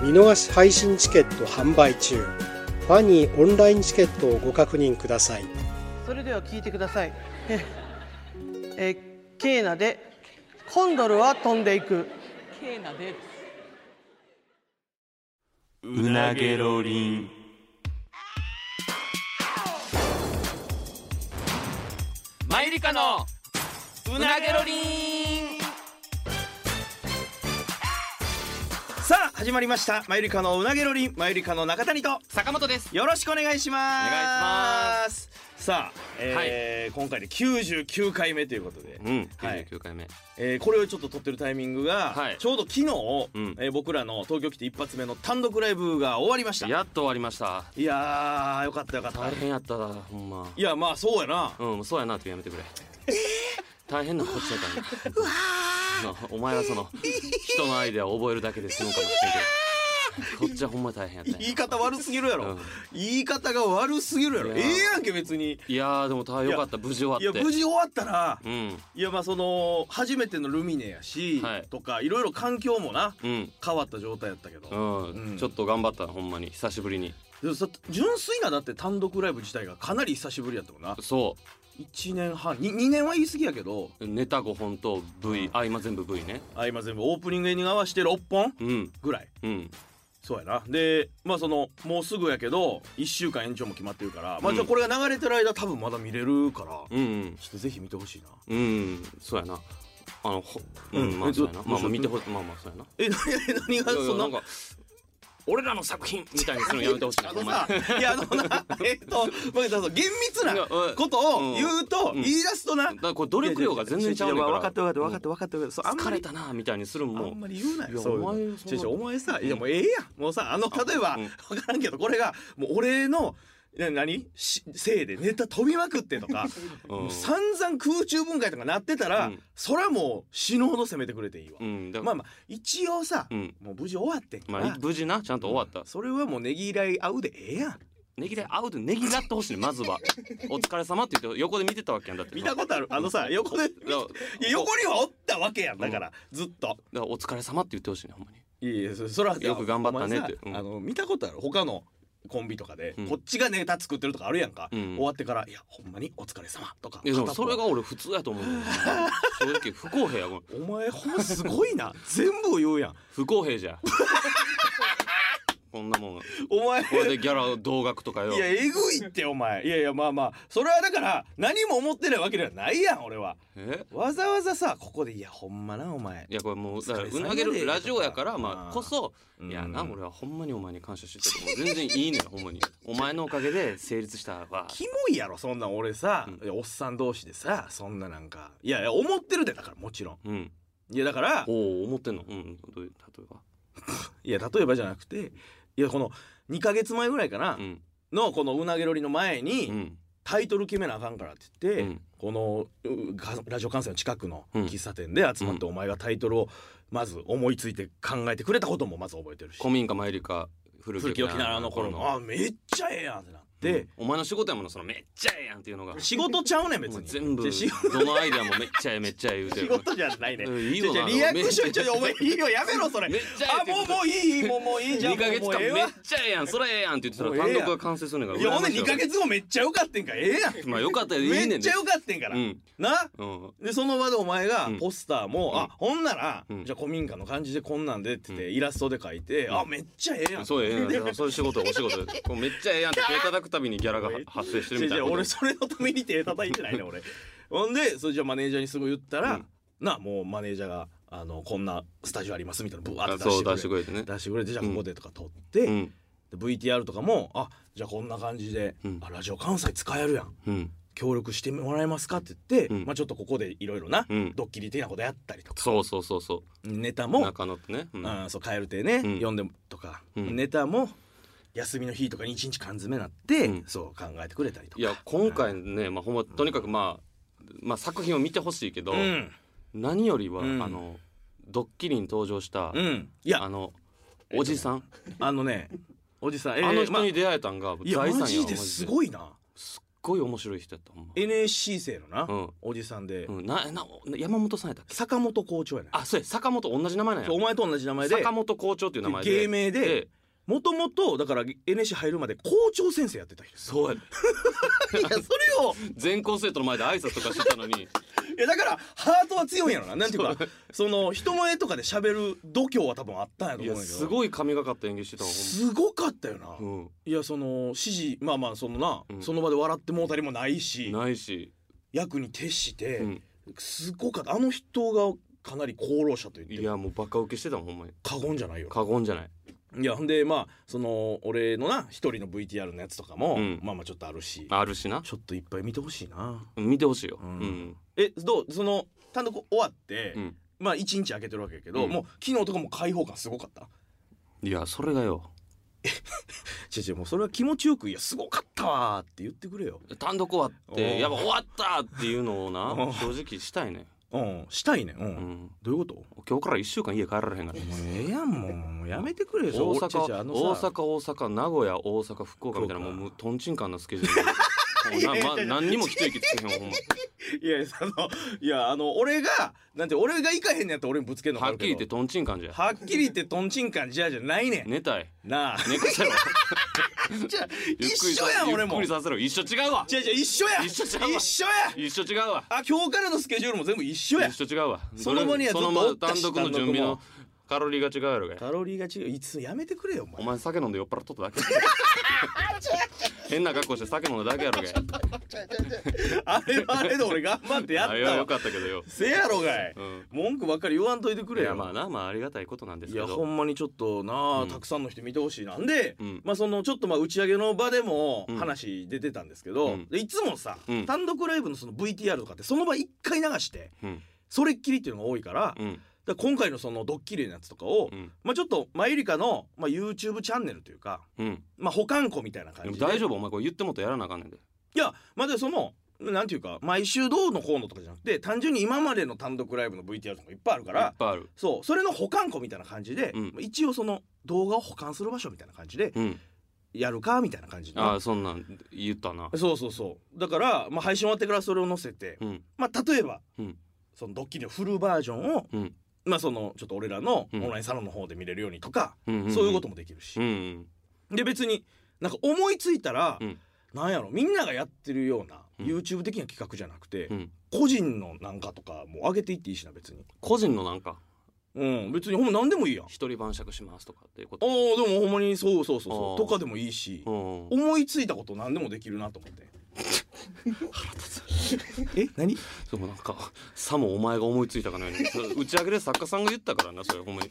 見逃し配信チケット販売中ファニーオンラインチケットをご確認くださいそれでは聞いてください えーえーケーナでコンドルは飛んでいくケーナでうなげろりんマイリカのうなげろりんさあ始まりましたマユリカのうなげろりんマユリカの中谷と坂本ですよろしくお願いしますお願いしますさあ、えー今回で99回目ということで、うん、はい99回目えーこれをちょっと撮ってるタイミングが、はいちょうど昨日、うんえー僕らの東京来て一発目の単独ライブが終わりましたいややっと終わりましたーよかったよかった大変やっただほんまいやまあそうやなうんもうそうやなってやめてくれ 大変なこっちゃったなお前はその人のアイデアを覚えるだけで済むかもしれんけどこっちはほんま大変やったんや言い方悪すぎるやろ、うん言い方が悪すぎるやろいやええやんけ別にいやーでも大変よかった無事終わっいやて無事終わったらうんいやまあその初めてのルミネやし、はいとかいろいろ環境もなうん変わった状態やったけど、うん、ちょっと頑張ったなほんまに久しぶりにでもさ純粋なだって単独ライブ自体がかなり久しぶりやったもんなそ1年半 2, 2年は言い過ぎやけどうネタ5本と V、あ今全部 V ねあ今全部オープニングに合わせて6本うんぐらいうんそうやなでまあそのもうすぐやけど1週間延長も決まってるから、うまあんじゃあこれが流れてる間多分まだ見れるから、ちょうんっとぜひ見てほしいなうん、うん、そうやなあのほうん、うんまあえそうどやなどうまあましあよう見てほしいまあまあそうやなえ何何がいやいそやんななんか俺らの作品みたいにするのやめてほしいなあほのんまさ、いやあの な、えっと、まあ、そう厳密ないやうんことを言うと、うん言い出すとな。だからこれ努力量が全然ちゃうねんかいらやいやいや分かって分かって分かって分かって分かって。そうあんま疲りれたなみたいにするのあもんまり言うなよ。いやそういうおの前そんな違う違うお前さ、いやもうええやん。もうさ、あの例えば、うわんからんけど、これがもう俺の。な何しせいでネタ飛びまくってとか、 うんもう散々空中分解とかなってたら、うんそらもう死ぬほど攻めてくれていいわ、うんだからまあまあ一応さ、うんもう無事終わってんかまら、あ無事なちゃんと終わったそれはもうねぎらい合うでええやんねぎらい合うでねぎらってほしいねまずはお疲れ様って言って横で見てたわけやんだって見たことあるあのさ横でいやいや横にはおったわけやんだから、ずっとだからお疲れ様って言ってほしいねほんまにいやいやそそらよく頑張ったねってお前さうんあの見たことある他のコンビとかで、うんこっちがネタ作ってるとかあるやんか、うん終わってから「いやほんまにお疲れ様とかいやでもそれ片が方俺普通やと思うねんな正直不公平やこれお前ほんますご いな全部を言うやん不公平じゃこんなもんこお前れでギャラ同額とかよいやえぐいってお前いやいやまあまあそれはだから何も思ってないわけではないやん俺はえわざわざさここで「いやほんまなお前いやこれもうだからうお疲れ様なげやるでラジオやかとらかまうあんこそうんいやな俺はほんまにお前に感謝しててもう全然いいねんほんまにお前のおかげで成立したわキモいやろそんなん俺さ、うんいやおっさん同士でさそんななんかいやいや思ってるでだからもちろんうんいやだからおお思ってんのうんどういう例えばいや例えばじゃなくていやこの2ヶ月前ぐらいかな、うんのこのうなげろりの前に、うんタイトル決めなあかんからって言って、うんこのうがラジオ関西の近くのうん喫茶店で集まってお前がタイトルをまず思いついて考えてくれたこともまず覚えてるし古民家マユリカ古古きき沖縄の頃のあめっちゃええやんってなっで、て、お前の仕事やものそのめっちゃええやんっていうのが仕事ちゃうねん別もうに全部で仕事どのアイデアもめっちゃええめっちゃええ言うて仕る事じゃないねうんいいよなちょちょリアクションちょちょお前いいよやめろそれめっちゃええあもうもういいもうもういいじゃん2ヶ月もうも間うええめっわちゃええやんそれええやんって言ってたらもうえ単えやん独が完成するんがいやほんで2 2ヶ月後めっちゃよかってんからええやんまあよかったでいいねんめでっちゃよかってんから、うんなうんでその場でお前がうんポスターも、うんあほんなら、うんじゃあ古民家の感じでこんなんでって言って、うイラストで描いて、んあめっちゃええやんそうええやんでだからそういう仕事お仕事でこうめっちゃええやん って手叩くたびにギャラが発生してるみたい違なう違うこと俺それのために手叩いてない ね俺ほんでそれじゃあマネージャーにすぐ言ったら、うんなもうマネージャーがあのこんなスタジオありますみたいなのブワーあって出しそうてくれ出してくれてね出してくれてじゃあここでとか撮って、うんで VTR とかもあじゃあこんな感じで、うんあラジオ関西使えるやんうん協力してもらえますかって言って、うんまあ、ちょっとここでいろいろな、うんドッキリ的なことやったりとかそうそうそうそネタうも中野ってね、うんあーそう蛙亭ね、うん読んでとか、うんネタも休みの日とかに一日缶詰なって、うんそう考えてくれたりとかいや今回ね、まあ、ほんまとにかく、まあ、まあ作品を見てほしいけど、うん何よりは、うんあのドッキリに登場した、うんいやああののおじさん、ねおじさん、えーあのま人に出会えたんが、いや財産やマジですごいいなすっごい面白い人やったほんま NSC 生のな、うんおじさんで、うん、なな山本さんやったっけ坂本校長やねあそうや坂本同じ名前なんやそうお前と同じ名前で坂本校長っていう名前で芸名でもともとだから NSC 入るまで校長先生やってた人そうや いやそれを全校生徒の前で挨拶とかしてたの にいやだからハートは強いんやろななんていうかその人前とかで喋る度胸は多分あったんやとい思うやんやけどすごい神がかった演技してたわすごかったよな、ほんまいやその指示まあまあそのな、うんその場で笑ってもうたりもないうしん、ないし、役に徹して、うん、すごかったあの人がかなり功労者と言っていもやもうバカ受けしてたもんほんまに過言じゃないよ過言じゃないいやほんでまあその俺のな一人の VTR のやつとかも、うんまあまあちょっとあるしあるしなちょっといっぱい見てほしいな見てほしいよ、ううんんえどうその単独終わって、うんまあ一日空けてるわけやけど、うんもう昨日とかも開放感すごかったいやそれがよ違う違うもうそれは気持ちよく「いやすごかったわ」って言ってくれよ単独終わっおうてやっぱ終わったっていうのをなおう正直したいね、うんしたいねうん、うん、どういうこと今日から1週間家帰られへんからもうええやんもうもうやめてくれよ大ちょちょ阪あのさ大阪大阪名古屋大阪福岡みたいな福も岡うもうとんちんかんなスケジュー ルもうなま何にも一息つけへんわほんまいやいやあのいやあの俺がなんて俺が行かへんのやったら俺にぶつけるのはっきり言っててとんちんかんじゃはっきり言ってとんちんかんじゃあじゃないねん、寝たいなあ寝かせろ じゃあゆっくり一さ緒やんゆ俺っもくじりさせろ一緒違うわゃあじゃあ一緒や一緒ちゃうわ一緒や一緒違うわあ今日からのスケジュールも全部一緒や一緒違うわその場にはずっそとのおまった単し独の準備単独ものカロリーが違うやろがカロリーが違ういつやめてくれよおお前前酒飲んで酔っ払っとっただけ変な格好して酒飲んだだけやろが あれはあれで俺頑張ってやっあれはたよわかったけどよ、せやろがいうん、文句ばっかり言わんといてくれいよやまあなまあありがたいことなんですいけやどほんまにちょっとなあ、うんたくさんの人見てほしいなんで、うんまあそのちょっとまあ打ち上げの場でもうん話出てたんですけど、うんでいつもさ、うん単独ライブのその VTR とかってその場一回流してうんそれっきりっていうのが多いから,、うんだから今回のそのドッキリのやつとかを、うんまあちょっとマユリカの、まあ、YouTube チャンネルというか、うんまあ、保管庫みたいなで感もじで大丈夫お前これ言ってもっとやらなあかんねんでいやまあでそのなんていうか毎週どうのこうのとかじゃなくて単純に今までの単独ライブの VTR とかいっぱいあるかいっらぱ、いあるそうそれの保管庫みたいな感じで、うん一応その動画を保管する場所みたいな感じでうんやるかみたいな感じでああそんなん言ったなそうそうそうだから、まあ、配信終わってからそれを載せて、うんまあ、例えば、うんそのドッキリのフルバージョンを、うんまあ、そのちょっと俺らのオうんンラインサロンの方で見れるようにとか、うんんそういうこともできるしう、んで別になんか思いついたら、うんなんやろみんながやってるような、うん YouTube 的な企画じゃなくて、うんうん個人のなんかとかも上げていっていいしな別に個人のなんかうん別にほんま何でもいいやん一人晩酌しますとかっていうこあとーでもほんまにそうそうそうそあうーとかでもいいしうん思いついたこと何でもできるなと思ってえ何そうなんかさもお前が思いついたかのように そう打ち上げで作家さんが言ったからなそれほんまに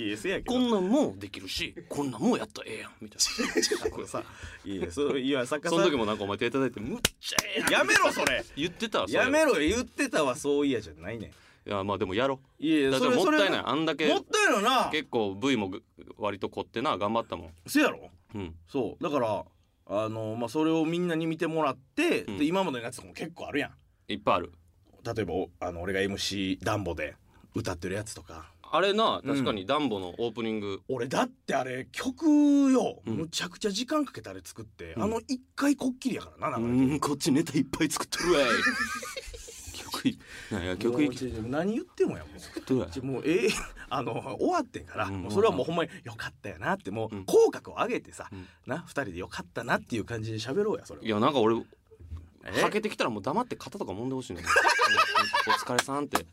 いやせやけこんなんもできるしこんなんもやったらええやんみた いなさいやそういや作家そさのん時もなんかお前手叩いてむっちゃええやんやめろそれ言ってたわそれやめろよ言ってたわそういやじゃないねいやまあでもやろんいだってもったいないあんだけもったいないな結構 V もぐ割と凝ってな頑張ったもんせやろうんそうだからあのまあそれをみんなに見てもらって、うんで今までのやつとかも結構あるやんいっぱいある例えばおあの俺が MC ダンボで歌ってるやつとかあれな確かにダンボのオープニング、俺だってあれ曲よ、うんむちゃくちゃ時間かけてあれ作って、うんあの一回こっきりやからな流れてこっちネタいっぱい作っとるわい曲いなんや曲いもうっちょい何言ってもやもう とるわいちょもうええあの終わってんから、うんもうそれはもうほんまによかったやなってもう、うん口角を上げてさ、うんな二人でよかったなっていう感じで喋ろうやそれはいやなんか俺えはけてきたらもう黙って肩とか揉んでほしいね お疲れさんって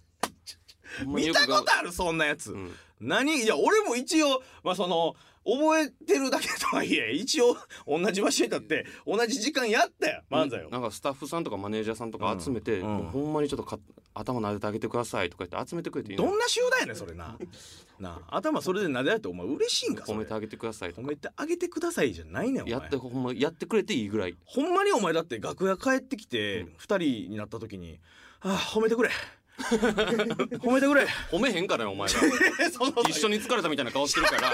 ほんまに見よたくがことあるそんなやつ、うん何いや俺も一応まあその覚えてるだけとはいえ一応同じ場所に立って同じ時間やったよ漫才をなんかスタッフさんとかマネージャーさんとか集めて、うんうもんうほんまにちょっとか頭撫でてあげてくださいとか言って集めてくれていいのどんな集団やねんそれななあ頭それで撫でられてお前嬉しいんかそ褒れめてあげてくださいと褒かめてあげてくださいじゃないねんお前やってほんまやってくれていいぐらいほんまにお前だって楽屋帰ってきてうん2人になった時に「ああ褒めてくれ 褒めてく れ 褒めへんからよお前ら一緒に疲れたみたいな顔してるから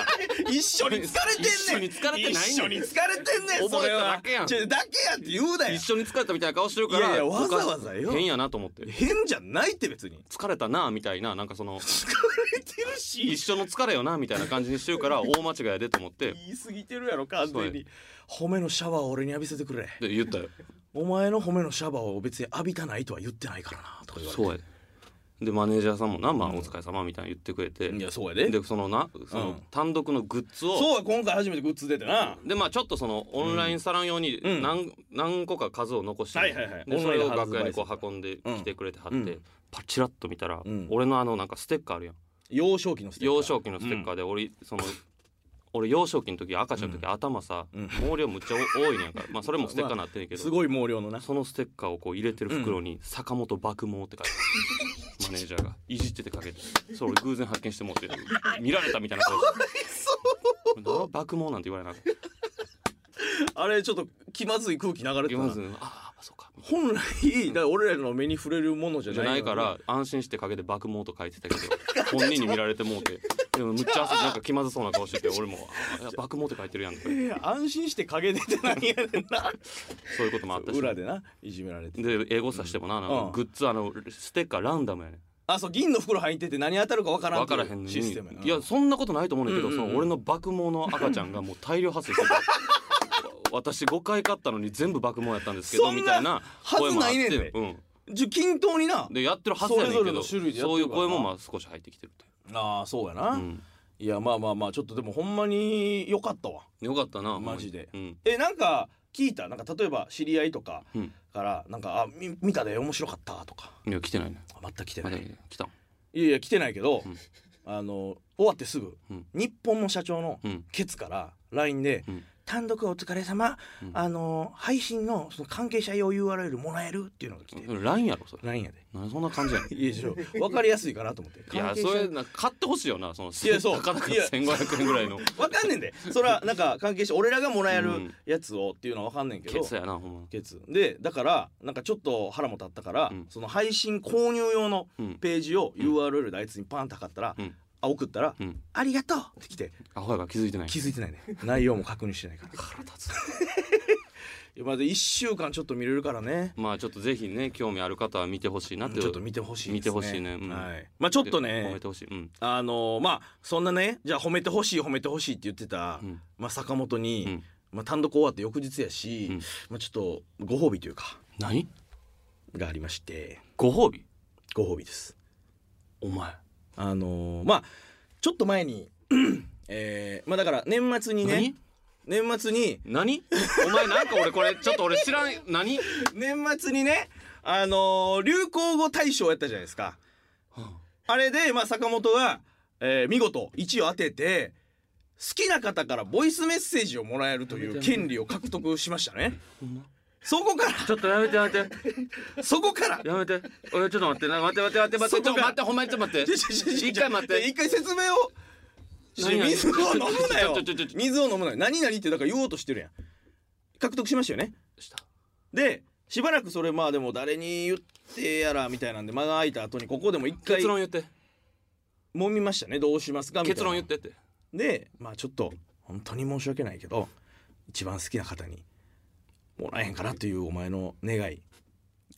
一緒に疲れてんね一緒んに疲れてないねん一緒に疲れてんねん覚えただけやんそれはちょだけやって言うなよ一緒に疲れたみたいな顔してるからいやいやわざわざよ僕は変やなと思って変じゃないって別に疲れたなみたいななんか その疲れてるし一緒の疲れよなみたいな感じにしてるから大間違いやでと思って言い過ぎてるやろ完全そうに褒めのシャワーを俺に浴びせてくれで言ったよお前の褒めのシャワーを別に浴びたないとは言ってないからなとか言われてそうやででマネージャーさんもな、まあ、お疲れ様みたいな言ってくれて、いやそうやででそのなその、うん単独のグッズをそうや今回初めてグッズ出てなでまあちょっとそのオンラインサロン用にうん何,、何個か数を残して、はいはいはいでそれオンをラインで発売楽屋にこするう運んできてくれて貼って、うんうんパチラッと見たら、うん俺のあのなんかステッカーあるやん幼少期のステッカー幼少期のステッカーで俺、その俺幼少期の時赤ちゃんの時、頭さ、うん毛量むっちゃ多いねんからまあそれもステッカーなってんねんけど、すごい毛量のなそのステッカーをこう入れてる袋に「坂本爆毛」 って書いてあるマネージャーがいじっててかけてそれ俺偶然発見してもうて見られたみたいな顔して「な爆毛」なんて言われなくて あれちょっと気まずい空気流れてたまなず「ああそうか」本来だから俺らの目に触れるものじゃじなゃいないから安心して陰で爆毛と書いてたけど本人に見られてもうてでもむっちゃ汗なんか気まずそうな顔してて俺も「あ爆毛」って書いてるやんとかいや安心して陰出てないやねんなそういうこともあったし裏でないじめられてで英語さしてもななんうかんグッズあのステッカーランダムやねんあそう銀の袋入ってて何当たるかわからん分からへんのにシステムやないやそんなことないと思うねんだけど、うんうんうんその俺の爆毛の赤ちゃんがもう大量発生して たわ私5回買ったのに全部爆毛やったんですけどそんなみたいな声もあっはずないねんてでう、じゃ均等になんでやってるはずやねんけそれぞれどの種類でやってるからなそういう声もまあ少し入ってきてるとああそうやな、いう、うん、いやまあまあまあちょっとでもほんまに良かったわよかったなマジでほんまにえなんか聞いたなんか例えば知り合いとかうん、からなんか「あみ見たで面白かった」とかうん、いや来てないねあ全く来てまない、だい来たやいや来てないけど、うんあの終わってすぐ、うん日本の社長のうんケツから LINE で、うん単独お疲れ様、うんあの配信のその関係者用 URL もらえるっていうのが来て、 LINE やろそれ LINE やでなんでそんな感じやねんいやでしょ分かりやすいかなと思っていや関係者それな買ってほしいよなそのいやそう高々いや1500円ぐら いのわかんねんでそれはなんか関係者俺らがもらえうるんやつをっていうのはわかんねんけどケツやなほんまケツでだからなんかちょっと腹も立ったから、うんその配信購入用のうんページをん URL であいつにパンって貼ったら、うんあ送ったら、うんありがとうって来てアホやから気づいてない気づいてないね内容も確認して ないから 腹立ついやまだ1週間ちょっと見れるからねまあちょっとぜひね興味ある方は見てほしいなってちょっと見てほしいですね見てほしいねうんはい、まあちょっと褒ねめてほしいうんあのーまあそんなねじゃあ褒めてほしい褒めてほしいって言ってた、うんまあ、坂本に、うんまあ、単独終わって翌日やし、うんまあ、ちょっとご褒美というか何がありましてご褒美ご褒美ですお前あのーまあちょっと前に えー、まあだから年末にね何年末に何お前なんか俺これちょっと俺知らん何年末にねあのー流行語大賞やったじゃないですかあれで、まあ、坂本が、えー見事1位を当てて好きな方からボイスメッセージをもらえるという権利を獲得しましたねそこからちょっとやめてやめてそこからやめて俺ちょっと待ってな待って待って待って待ってちょっと待ってほんまにちょっと待って 一回待って一回説明を何々水を飲むなよちょちょちょちょ水を飲むなよ何々ってだから言おうとしてるやん獲得しましたよねしたでしばらくそれまあでも誰に言ってやらみたいなんで間が空いた後にここでも一回結論言って揉みましたねどうしますかみたいな結論言ってってでまあちょっと本当に申し訳ないけど一番好きな方にもらえへんかなというお前の願い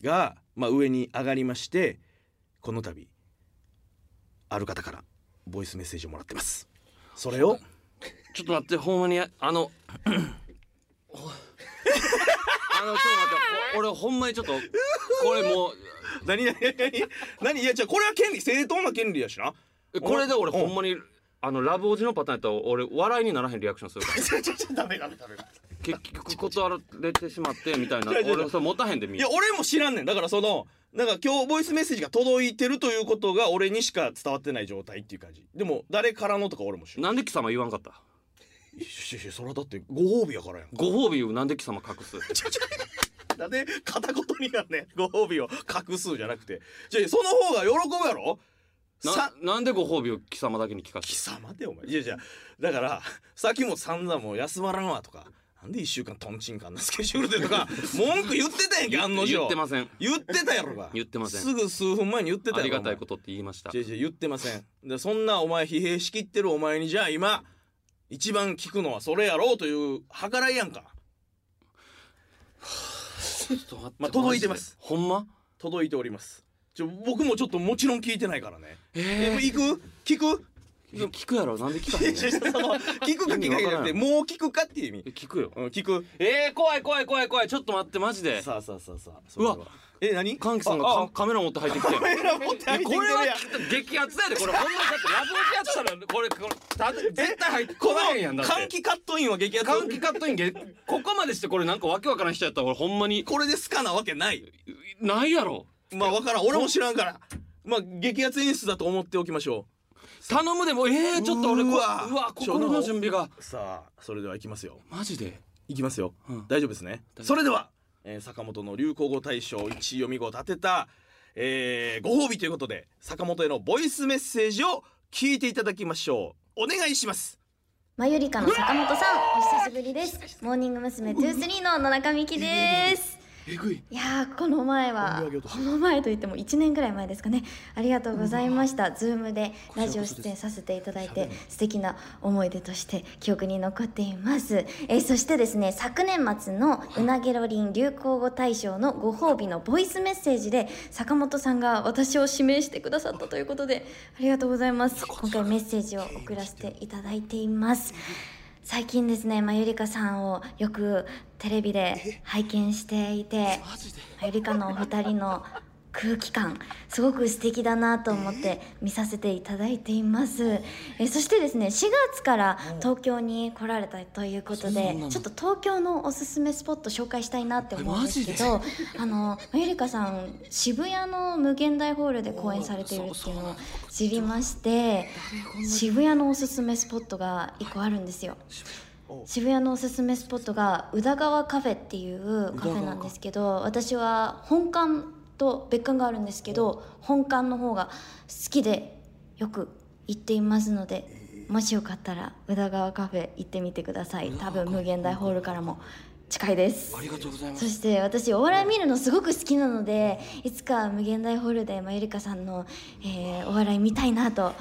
が、まあ、上に上がりましてこの度ある方からボイスメッセージをもらってますそれをちょっと待ってほんまにやあのあのちょっと待ってお俺ほんまにちょっとこれもう 何何何何何いやじゃこれは権利正当な権利やしなえこれで俺ほんまにあのラブおじのパターンやったら俺笑いにならへんリアクションするから ちょちょちょダメダメダメ結局断られてしまってみたいな違う違う違う俺それ持たへんでみいんなや俺も知らんねんだからそのなんか今日ボイスメッセージが届いてるということが俺にしか伝わってない状態っていう感じでも誰からのとか俺も知らんなんで貴様言わんかったいやいやそれはだってご褒美やからやんご褒美をなんで貴様隠すなんで片言になんねんご褒美を隠すじゃなくてじゃあその方が喜ぶやろなさなんでご褒美を貴様だけに聞か貴せ様でお前いやいやだからさっきも散々もう休まらんわとかなんで1週間とんちんかんなスケジュールで とか文句言ってたやんけ案の定言ってません言ってたやろが言ってませんすぐ数分前に言ってたあやろりがたいこととって言いましたじゃじゃ言ってませんでそんなお前疲弊しきってるお前にじゃあ今一番聞くのはそれやろうという計らいやんかちょっと待ってまあ届いてますマジでほんま届いておりますちょ僕もちょっともちろん聞いてないからねええ行く聞くえ聞くやろなんで聞かへんいやいのやその聞くか聞かへんじゃなくて意味わからんもう聞くかっていう意味え聞くようん聞くえー、怖い怖い怖い怖いちょっと待ってマジでさあさあさあさあそうわれはえ何歓喜さんがあカカメラ持って入ってきてあカメラ持って入ってきてこるれはやん激アツだよねこれほんまにだってラブオケやってたらこれこれた絶対入ってこないやんだって換気カットインは激アツ換気カットインげここまでしてこれなんかわけわからん人やったら俺ほんまにこれでスカなわけないないやろまあわからん俺も知らんからまあ激アツ演出だと思っておきましょ頼むでもえー、ちょっと俺こうわうわ心の準備がうさあそれではいきますよマジでいきますよ、うん大丈夫ですね大丈夫それでは、えー坂本の流行語大賞1位読み語を立てた、えーご褒美ということで坂本へのボイスメッセージを聞いていただきましょうお願いしますマユリカの坂本さん、お久しぶりです。モーニング娘。23の野中美希です。いやーこの前はこの前といっても1年ぐらい前ですかねありがとうございました、ズームでラジオ出演させていただいて素敵な思い出として記憶に残っています、えーそしてですね昨年末のうなげろりん流行語大賞のご褒美のボイスメッセージで坂本さんが私を指名してくださったということでありがとうございます今回メッセージを送らせていただいています最近ですねまゆりかさんをよくテレビで拝見していてまゆりかのお二人の空気感すごく素敵だなと思って見させていただいていますえそしてですね4月から東京に来られたということでちょっと東京のおすすめスポット紹介したいなって思うんですけど あのまゆりかさん渋谷の無限大ホールで公演されているっていうのを知りまして渋谷のおすすめスポットが1個あるんですよ。渋谷のおすすめスポットが宇田川カフェっていうカフェなんですけど私は本館と別館があるんですけど本館の方が好きでよく行っていますのでもしよかったら宇田川カフェ行ってみてください多分無限大ホールからも近いですありがとうございますそして私お笑い見るのすごく好きなのでいつか無限大ホールでまゆりかさんの、えーお笑い見たいなと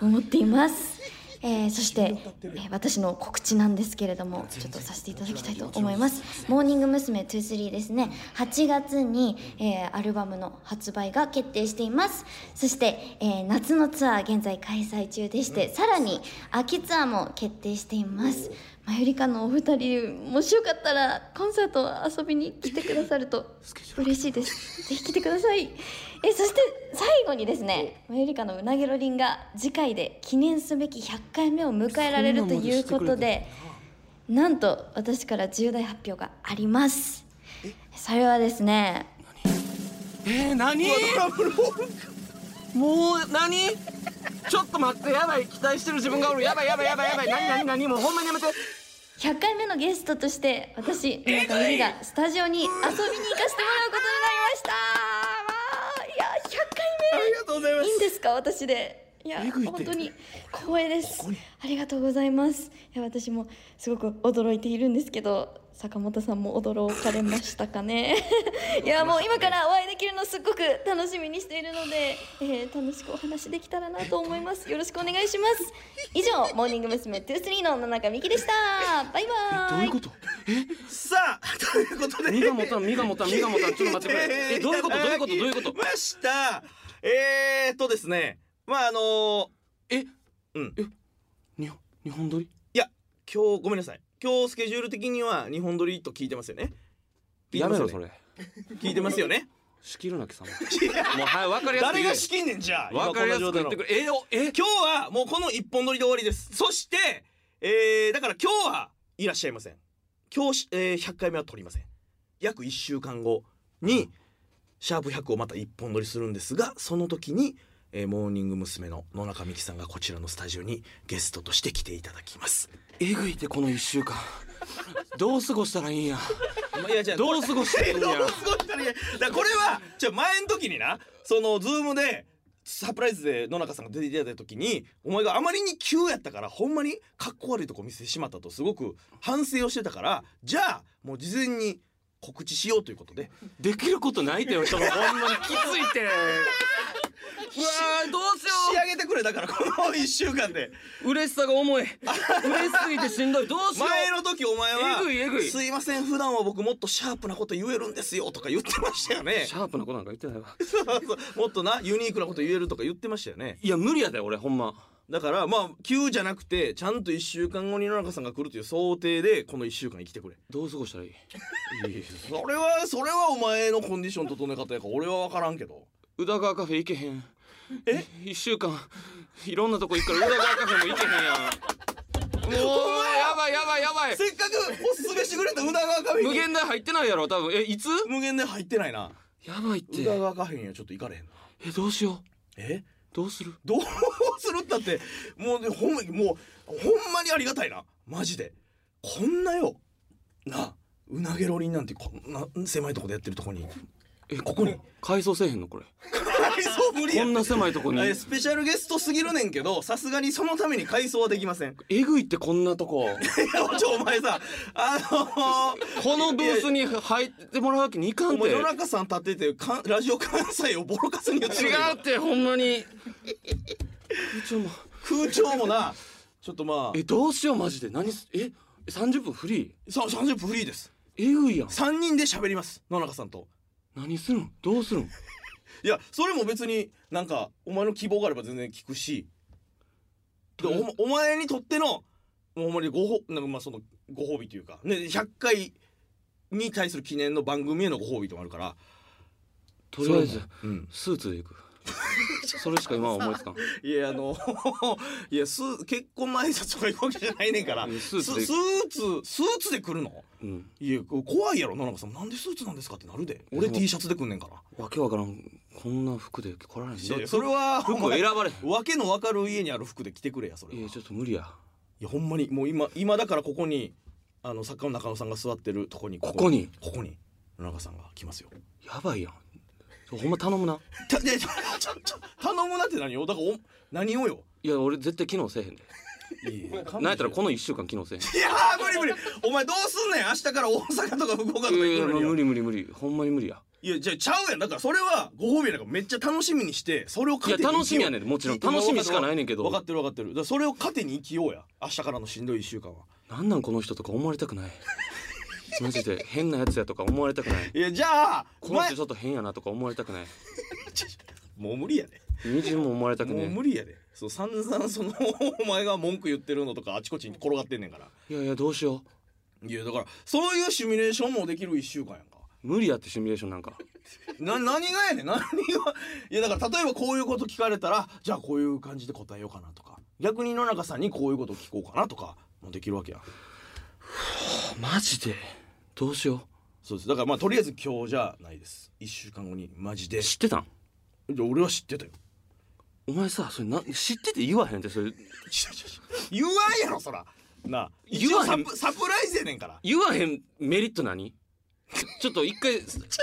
思っています、えーそして、えー私の告知なんですけれどもちょっとさせていただきたいと思いますモーニング娘。23ですね8月に、えーアルバムの発売が決定していますそして、えー夏のツアー現在開催中でして、さらに秋ツアーも決定していますマユリカのお二人もしよかったらコンサート遊びに来てくださると嬉しいですぜひ来てくださいえそして最後にですねマユリカのうなげろりんが次回で記念すべき100回目を迎えられるということでなんと私から重大発表がありますそれはですねえー、何もう何ちょっと待ってやばい期待してる自分がおるやばいやばいやばいやばい何何何もうほんまにやめて100回目のゲストとして私村上美がスタジオに遊びに行かせてもらうことになりましたわーいや100回目ありがとうございまいいんですか私でいや本当に光栄ですありがとうございますいや私もすごく驚いているんですけど坂本さんも驚かれましたか ねいやもう今からお会いできるのすっごく楽しみにしているので、えー楽しくお話できたらなと思いますよろしくお願いします以上モーニング娘。23の野中美希でしたバイバーイとさあということで身が持たん身が持たん身が持たんちょっと待って く れえどういうことどういうことどういうことましたえー、っとですねまああのえうんえ日本日本撮りいや今日ごめんなさい今日スケジュール的には日本撮りと聞いてますよね聞いてやまめすよろねそれ聞いてますよね仕切るな貴様 もうはい分かりやすく誰言えが仕切んねんじゃあ分かりやすく言ってくれえおえ 今日はもうこの一本撮りで終わりですそして、えー、だから今日はいらっしゃいません今日し、えー、100回目は撮りません約1週間後に、シャープ100をまた一本撮りするんですがその時にえーモーニング娘。の野中美希さんがこちらのスタジオにゲストとして来ていただきます。えぐいってこの一 週間どう過ごしたらいいんやいやじゃあどう過ごしたらいいんやどうしたらいいだからこれはじゃあ前の時になそのズームでサプライズで野中さんが出ていただいた時にお前があまりに急やったからほんまにかっこ悪いとこ見せてしまったとすごく反省をしてたからじゃあもう事前に告知しようということでできることないってよ人もほんまにきつい てうわーどうしよ仕上げてくれだからこの1週間でう嬉しさが重い嬉しすぎてしん どいどうしよ前の時お前はえぐいえぐいすいません普段は僕もっとシャープなこと言えるんですよ」とか言ってましたよう ねシャープなことなんか言ってないわそうそうもっとなユニークなこと言えるとか言ってましたよねいや無理やで俺ほんまだからまあ急じゃなくてちゃんと1週間後に野中さんが来るという想定でこの1週間生きてくれどう過ごしたらいいそれはそれはお前のコンディション整え方やから俺は分からんけど宇田川カフェ行けへんえ一週間いろんなとこ行くから宇田川カフェも行け へんやんもうやばいやばいやばいせっかくおすすめしてくれた宇田川カフェに無限大入ってないやろ多分えいつ無限で入ってないなやばいっ宇て田川カフェにはちょっと行かれへんなえどうしようえどうするどうするったってもうねほんまもうほんまにありがたいなマジでこんなよなあうなげろりんなんてこんな狭いとこでやってるとこにえここに改装せえへんのこれ改装無理やこんな狭いとこにえースペシャルゲストすぎるねんけどさすがにそのために改装はできませんいえぐいってこんなとこやちょお前さあのーこのブースに入ってもらうわけにいかおんて前違野う中さん立っててかんラジオ関西をボロカスに言ってるってほんまに空調も空調もなちょっとまあえどうしようマジで何すえ30分フリさ30分フリーですーえぐいやん3人で喋ります野中さんと何するんどうするんいやそれも別になんかお前の希望があれば全然聞くしでおまお前にとってのもうほんまにごほなんかまあそのご褒美というか、ね、100回に対する記念の番組へのご褒美ともあるからとりあえずうんスーツで行くそれしか今は思い つかんいやあのいやスー結婚の挨拶とか行くわけじゃないねんからいやススーツーツでスーツスーツで来るのうんいや怖いやろ野中さんなんでスーツなんですかってなるでい俺やそう T シャツで来んねんからわけわからんこんな服で来られへんいやそれは服を選ばれへんわけのわかる家にある服で着てくれやそれはいやちょっと無理やいやほんまにもう今今だからここにあの作家の中野さんが座ってるとこにここにここに野中さんが来ますよ。やばいやんほんま頼むなたでちょちょちょ頼むなって何をだからお何をよ。いや俺絶対機能せえへんでいやなんやったらこの1週間機能せえへんいやー無理無理お前どうすんねん明日から大阪とか福岡とかい行やくいやのによ無理無理無理ほんまに無理やいやじゃあちゃうやんだからそれはご褒美なんかめっちゃ楽しみにしてそれを糧に生きよういや楽しみやねんもちろんいや楽しみしかないねんけど分かってる分かってるだからそれを糧に生きようや明日からのしんどい1週間はなんなんこの人とか思われたくないマジで変なやつやとか思われたくないいやじゃあこの前人ちょっと変やなとか思われたくないもう無理やでみじんも思われたくもなうい無理やでそう散々そのお前が文句言ってるのとかあちこちに転がってんねんからいやいやどうしよういやだからそういうシミュレーションもできる1週間やんか無理やってシミュレーションなんかな何がやねん何がいやだから例えばこういうこと聞かれたらじゃあこういう感じで答えようかなとか逆に野中さんにこういうこと聞こうかなとかもできるわけやマジでどうしよそうですだからまあとりあえず今日じゃないです1週間後にマジでう知ってたんいや俺は知ってたよ お前さそれな知ってて言わへんってそれ言わんやろそらなあ言わへん一応サプサプライズやねんから言わへんメリット何ちょちょっと一回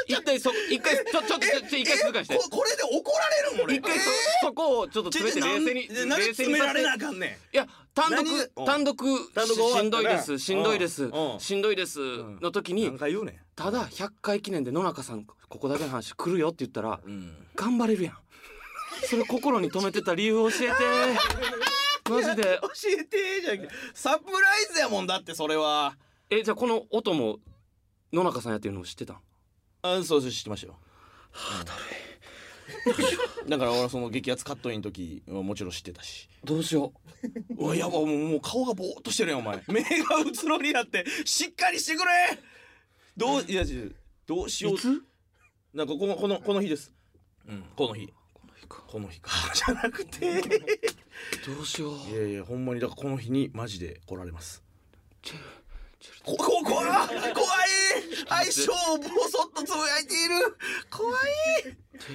一回そ一回ちょちょっと一回静かにしてえここれで怒られるん俺一回そ,、こをちょっと詰めて冷静に何で冷静詰にめさらせれてなあかんねんいや単独何うん単独単し独終わしっんどたいなですしんどいですうんしんどいですんの時に何回言うねんただ100回記念で野中さんここだけの話来るよって言ったら頑張れるやんそれ心に留めてた理由教えて マジで教えてじゃん サプライズやもんだってそれはえじゃあこの音も野中さんやってるのも知ってたんあそうそう知ってましたよはあだるいだから俺はその激アツカットインの時はもちろん知ってたしどうしよううわやばもうもう顔がぼーっとしてるやんお 前目がうつろになってしっかりしてくれどういや違うどうしよういつなんかこのこのこの日です、うん、この日この日か じゃなくてどうしよういやいやほんまにだからこの日にマジで来られますチェここ怖い怖い相性をぼそっとつぶやいている怖い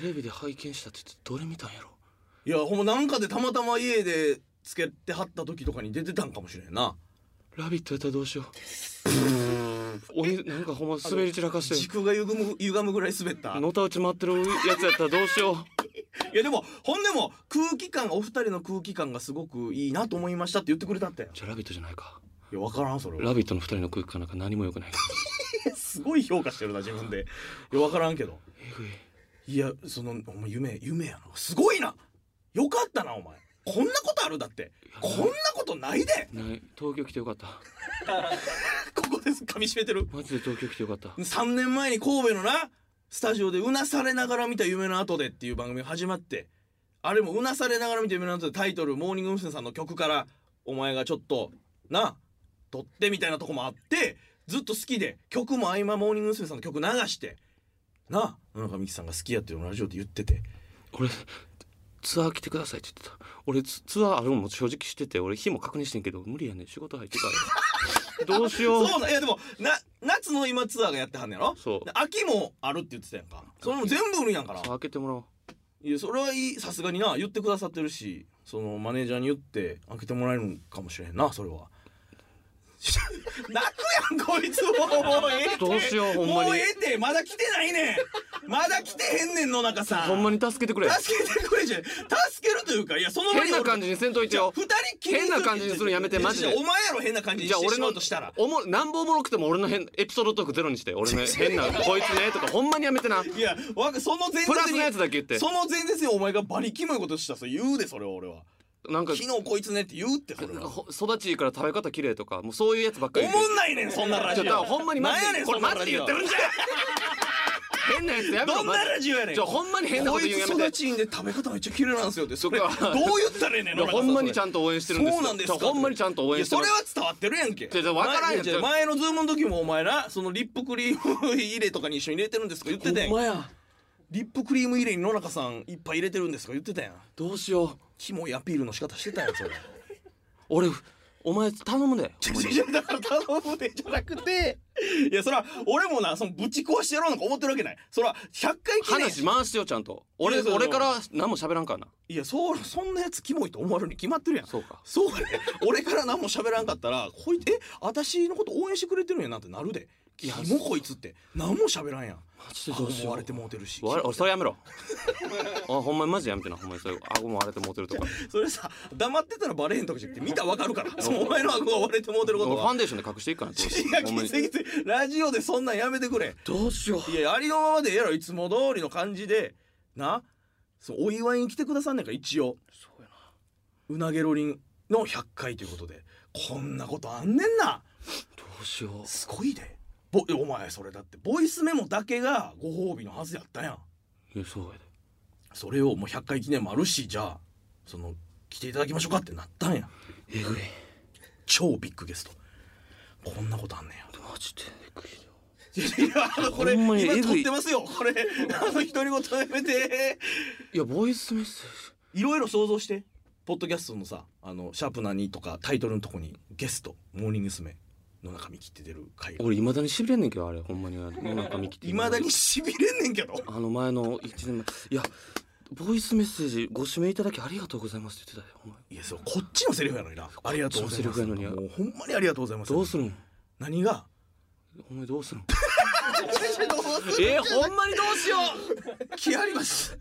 テレビで拝見したって言ってどれ見たんやろいいやほんまなんかでたまたま家でつけてはった時とかに出てたんかもしれんなラビットやったらどうしよう。鬼なんかほんま滑り散らかして時る。空が歪む歪むぐらい滑ったのたうち回ってるやつやったらどうしよう。いやでもほんでも空気感お二人の空気感がすごくいいなと思いましたって言ってくれたってじゃあラビットじゃないか。いやわからんそれはラビットの二人の空気感なんか何も良くない。すごい評価してるな自分でいやわからんけどえぐい。いやそのお前夢夢やなすごいなよかったなお前こんなことあるだってこんなことないでない東京来てよかった ここです噛み締めてるマジで東京来てよかった3年前に神戸のなスタジオで「うなされながら見た夢の後で」っていう番組が始まってあれも「うなされながら見た夢の後で」タイトル「モーニング娘。さんの曲からお前がちょっとな撮ってみたいなとこもあってずっと好きで曲も合間モーニング娘。さんの曲流してな野中美紀さんが好きやっていうのをラジオで言ってて俺ツアー来てくださいって言ってた俺ツツアーあるのも正直してて俺日も確認してんけど無理やねん仕事入ってからどうしようそうなんいやでもな夏の今ツアーがやってはんねやろそうで秋もあるって言ってたやんかそれも全部売るやんから開けてもらおういやそれはいいさすがにな言ってくださってるしそのマネージャーに言って開けてもらえるんかもしれんなそれは 泣くやんこいつもうええってどうしようほんまにもうええってまだ来てないねんまだ来てへんねん野中さんほんまに助けてくれ助けてくれじゃん助けるというかいやその場に変な感じにせんといてじゃあよ二人きりにする変な感じにするのやめてマジでいやいやお前やろ変な感じにじゃあして俺しまのうとしたらおもなんぼおもろくても俺の変エピソードトークゼロにして俺 の変なこいつねとかほんまにやめてないやわかその前日プにラスのやつだけ言ってその前日にお前がバリキモいことしたらそれ言うでそれは俺はなんか昨日こいつねって言うってそれなんかはほ育ちいいから食べ方綺麗とかもうそういうやつばっかおり言ってもんないねんそんなラジちょっオとほんまにマジでなんやねんこれそんなマラジでジ言オってるんじゃ ん変なやつやめろどんなマジでラジオやねんちょほんまに変なこと言うのやめこいつ育てちいいんで食べ方めっちゃ綺麗なんですよってそれどそうっか言ったらええねんいやほんまにちゃんとと応援してるんですよそうなんですかちょほんまにちゃんと応援してそるれは伝わってるやんけちょちょわからんやん前いい前のズームの時もお前なそのリップクリーム入れとかに一緒に入れてるんですか言ってたやんほんまやリップクリーム入れに野中さんいっぱい入れてるんですか言ってたやんどうしようキモいアピールの仕方してたやんそれ俺お前頼む でほんまにいやだから頼むでじゃなくていやそら俺もなそのぶち壊してやろうなんか思ってるわけないそら100回記念話回してよちゃんと俺いやそう俺から何も喋らんからないやそうそんなやつキモいと思われるに決まってるやんそうかそうやね 俺から何も喋らんかったらこいつえ私のこと応援してくれてるんやなってなるでキモこいつって何も喋らんやんマジでどうし思よわうれてもうてるしわ俺それやめろあほんまにマジでやめてなほんまにそれ顎も割れてモテるとかそれさ黙ってたらバレへんとかじゃなくて見たらわかるからそのお前の顎が割れてもうてる俺ことファはンデーションで隠していくからどうしよいやうきほんまについきついラジオでそんなんやめてくれどうしよういやありのままでええやろいつも通りの感じでなそうお祝いに来てくださんねんから一応うなげろりんの100回ということでこんなことあんねんなどうしようすごいでぼお前それだってボイスメモだけがご褒美のはずやったやんいやそうやでそれをもう100回記念もあるしじゃあその来ていただきましょうかってなったんやえぐい超ビッグゲストこんなことあんねんやマジでえぐいよいやあのこれほんま今にえぐい撮ってますよこれあの独り言やめていやボイスメッセージいろいろ想像してポッドキャストのさ「あのシャープなに」とかタイトルのとこにゲスト「モーニング娘。の中身切って出る回俺いまだにしびれんねんけどあれほんまにあれ野中美紀っていまだにしびれんねんけどあの前の一年前いやボイスメッセージご指名いただきありがとうございますって言ってたよお前いやそうこっちのセリフやのになありがとうございこっちのセますリフやのにもうほんまにありがとうございますどうするん何がお前どうするんどうするえー、ほんまにどうしよ気あります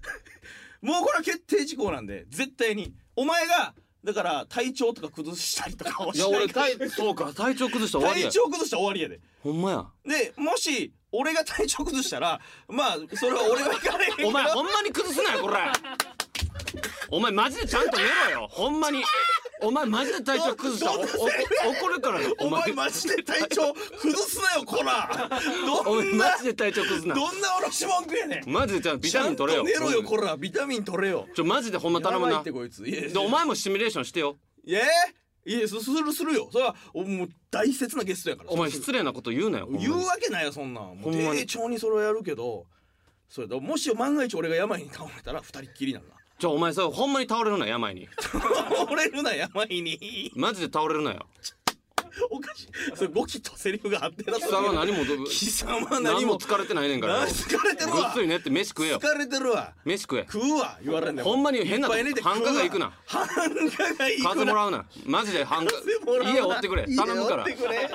もうこれは決定事項なんで絶対にお前がだから体調とか崩したりとかをういしなやい俺か体そうか体調崩したら終わり体や調崩したら終わりやでほんまやでもし俺が体調崩したらまあそれは俺は行かれへんけど お前ほんまに崩すなよこれお前マジでちゃんと寝ろよほんまにお前マジで体調崩したらおおお怒るからよお前マジで体調崩すなよこらおど前んなマジで体調崩すなどんなおろし文句やねんマジでちゃんとビタミン取れよちゃんと寝ろよこらビタミン取れよちょマジでほんま頼むやばいなってこいついやいやでお前もシミュレーションしてよええいやすするするよそれはおもう大切なゲストやからお前それ失礼なこと言うなよほんまに言うわけないよそんなんもほうんまに丁重にそれをやるけどそれだもし万が一俺が病に倒れたら二人っきりなん だじゃあお前さほんまに倒れるな病に俺るな病にマジで倒れるなよおかしいそれ語気とセリフが合ってな貴様何も貴様何何もも疲れてないねんから何疲れてるごっわついねって飯食えよ疲れてるわ飯食え食うわ言われんねほんまに変なとこいっぱい寝て食うわ繁華街行くな繁華街行数くもならうなマジで半風もらうな家追ってくれ頼むから家追ってくれ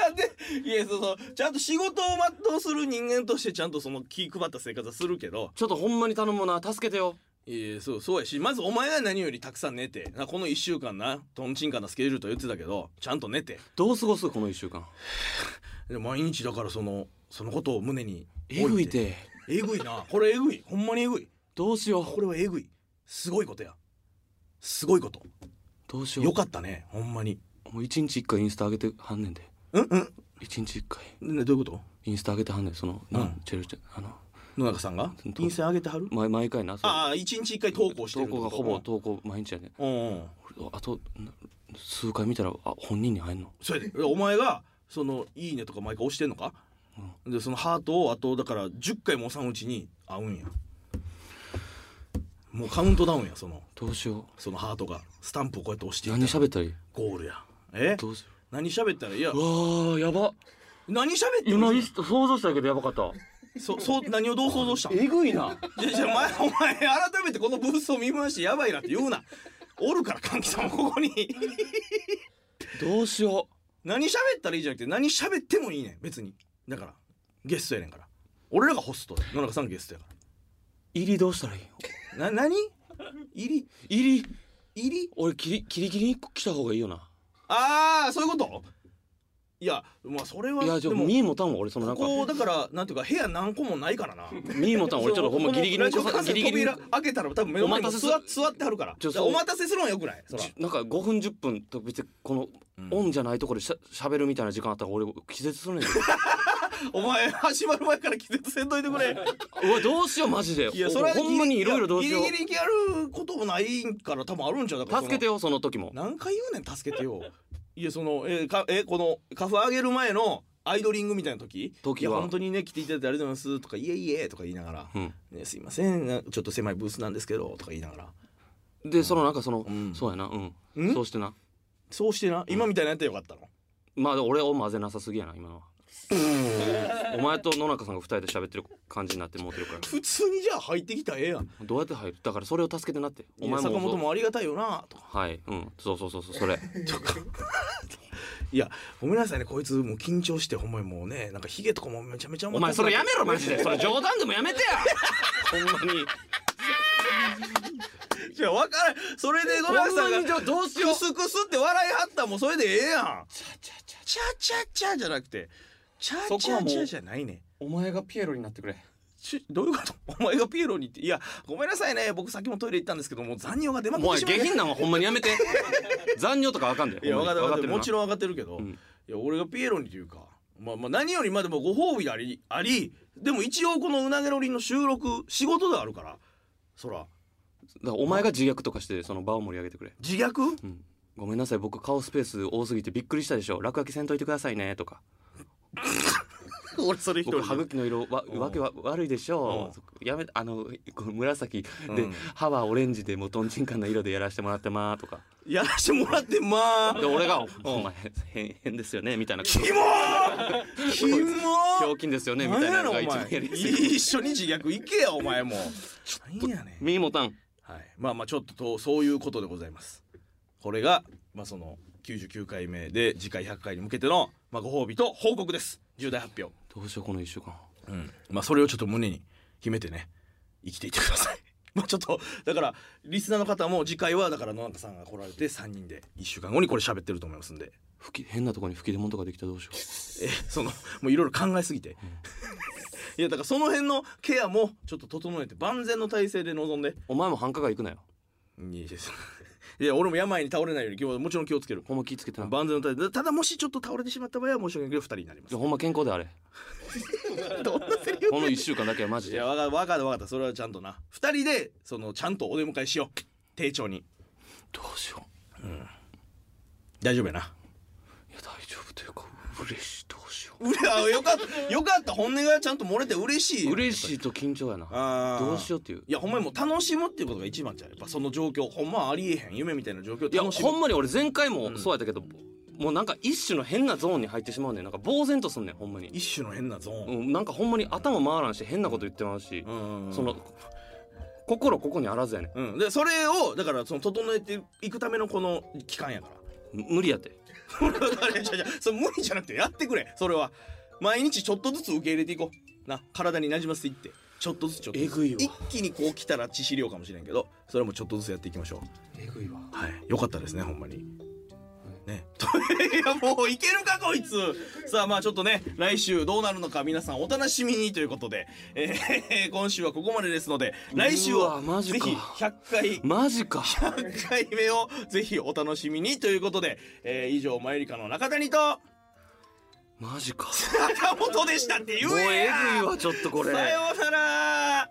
なんでいやそうそうちゃんと仕事を全うする人間としてちゃんとその気配った生活はするけどちょっとほんまに頼むな助けてよいやそうそうやしまずお前が何よりたくさん寝てなこの1週間なとんちんかなスケジュールと言ってたけどちゃんと寝てどう過ごすこの1週間で毎日だからそのそのことを胸にえぐいてえぐいなこれえぐいほんまにえぐいどうしよこうれはえぐいすごいことやすごいことどうしようよかったねほんまにもう1日1回インスタ上げてはんねんでうんうん1日1回ねどういうことインスタ上げてはんねんそのな、うんチェルチェあの野中さんがうんと陰性上げてはる毎毎回なそれああ一日一回投稿して投る稿がほぼ投稿毎日やねんうんうんうん俺あとな数回見たらあ本人に会えんのそれでお前がその「いいね」とか毎回押してんのか、でそのハートをあとだから10回も押さんうちに合うんやもうカウントダウンやそのどうしよそのハートがスタンプをこうやって押してうい何喋ったらいいゴールやえどうする何喋ったらいやうわーやば何喋って今るい想像したけどやばかったそそう何をどう想像したんぐいなじゃじゃ前お前改めてこのブースを見回してやばいなって言うなおるから歓喜さんもここにどうしよ何喋ったらいいじゃなくて何喋ってもいいねん別にだからゲストやねんから俺らがホストで野中さんがゲストやかう入りどうしたらいいらな何入り入り入り俺キリキリキリに来た方がいいよなああそういうこといやまあそれはいやじゃあでもミーもたんは俺そのなんこかこだからなんていうか部屋何個もないからなミーもたん俺ちょっとほんまギリギリにこのラジオ関西ギリギリに扉開けたら多分目の前にお待たせす座座ってはるからちょだからそうお待たせするのはよくないそらじなんか5分10分と別にこのオンじゃないところでしゃ喋るみたいな時間あったら俺気絶 するねんけどお前始まる前から気絶せんといてくれうわどうしようマジでいやそれはほんまにいろいろどうしようギリギリやることもないんから多分あるんちゃうだから助けてよよその時も何回言うねん助けてよいやそのえーかえーこのカフ上げる前のアイドリングみたいな時時はいや本当にね来ていただいてありがとうございますとかいえいえとか言いながら、うんね、すいませんちょっと狭いブースなんですけどとか言いながらでそのなんかその、んそうやなうん、うんそうしてなそうしてな今みたいなやったらよかったの、まあ俺を混ぜなさすぎやな今のはお前と野中さんが二人で喋ってる感じになって持ってるから普通にじゃあ入ってきたらええやんどうやって入るだからそれを助けてなっておいや前も坂本もありがたいよなとかはいうんそうそうそうそうそれ いやごめんなさいねこいつもう緊張してほんまにもうねなんかヒゲとかもめちゃめちゃ重お前たくなってそれやめろマジでそれ冗談でもやめてや ほんまにいや分からんそれで野中さんがほんまにじゃあどうしようクスクスって笑いはったらもうそれでええやんチャチャチャチャじゃなくてチャチャチャじゃないねお前がピエロになってくれちどういうことお前がピエロにっていやごめんなさいね僕さっきもトイレ行ったんですけどもう残尿が出まくもっうてしま下い品なんはほんまにやめ て残尿とかあかんでいやほ分んまかにってる分かってるなもちろん分かってるけど、んいや俺がピエロにというかまあまあ何よりまあでもご褒美でありありでも一応このうなげろりんの収録仕事であるからそらだからお前が自虐とかしてその場を盛り上げてくれ自 虐うんごめんなさい僕顔スペース多すぎてびっくりしたでしょ落書きせんといてくださいねとか俺それ一人僕で歯茎の色わうんわけは悪いでしょうやめあのこう紫で、歯はオレンジでもうとんちんかんな色でやらしてもらってまーとかやらしてもらってまあで俺が「お前変変ですよね」みたいな「ひキモーキモーょうきんですよね」みたいなのが何一やろ番やりおや前すい一緒に自虐行けやお前も何やねんミーモタンはいまあまあちょっととそういうことでございますこれがまあその99回目で次回100回に向けての、まあ、ご褒美と報告です重大発表どうしようこの一週間うんまあそれをちょっと胸に秘めてね生きていってください まあちょっとだからリスナーの方も次回はだから野中さんが来られて3人で1週間後にこれ喋ってると思いますんで吹き変なとこに吹き出物とかできたらどうしよえそのもういろいろ考えすぎて、 いやだからその辺のケアもちょっと整えて万全の体制で臨んでうお前も繁華街行くなよいいですいや俺も病に倒れないように今日はもちろん気をつけるほんま気ぃつけてな万全の体制ただもしちょっと倒れてしまった場合は申し訳ないけど2人になりまじゃあほんま健康であれすどんなセリフこの一週間だけはマジいでやわかわかったわかったそれはちゃんとな2人でそのちゃんとお出迎えしよう丁重にどうしよう大丈夫や ないや大丈夫というか嬉しいどうしようれあよかったよかった本音がちゃんと漏れて嬉しいう嬉しいと緊張やなあーどうしようっていういやほんまにもう楽しむっていうことが一番じゃんやっぱその状況ほんまありえへん夢みたいな状況をいや楽しむほんまに俺前回もそうやったけど、もうなんか一種の変なゾーンに入ってしまうねんなんか呆然とすんねんほんまに、一種の変なゾーうン、ん、なんかほんまに頭回らんし変なこと言ってますし、うんその心ここにあらずやねうん、でそれをだからその整えていくためのこの期間やからん無理やってそれはあれじゃじゃそれ無理じゃなくてやってくれそれは毎日ちょっとずつ受け入れていこうな体になじませていってちょっとずつちょっとずつえぐいわ一気にこう来たら致死量かもしれんけどそれもちょっとずつやっていきましょうえぐいわはいよかったですねほんまにね、いやもういけるかこいつさあまあちょっとね来週どうなるのか皆さんお楽しみにということで、えー今週はここまでですので来週うわはマジぜかひ100回マジか1回目をぜひお楽しみにということで、えー以上マユリカの中谷とマジか坂本でしたって言もうええやぐいわちょっとこれさようなら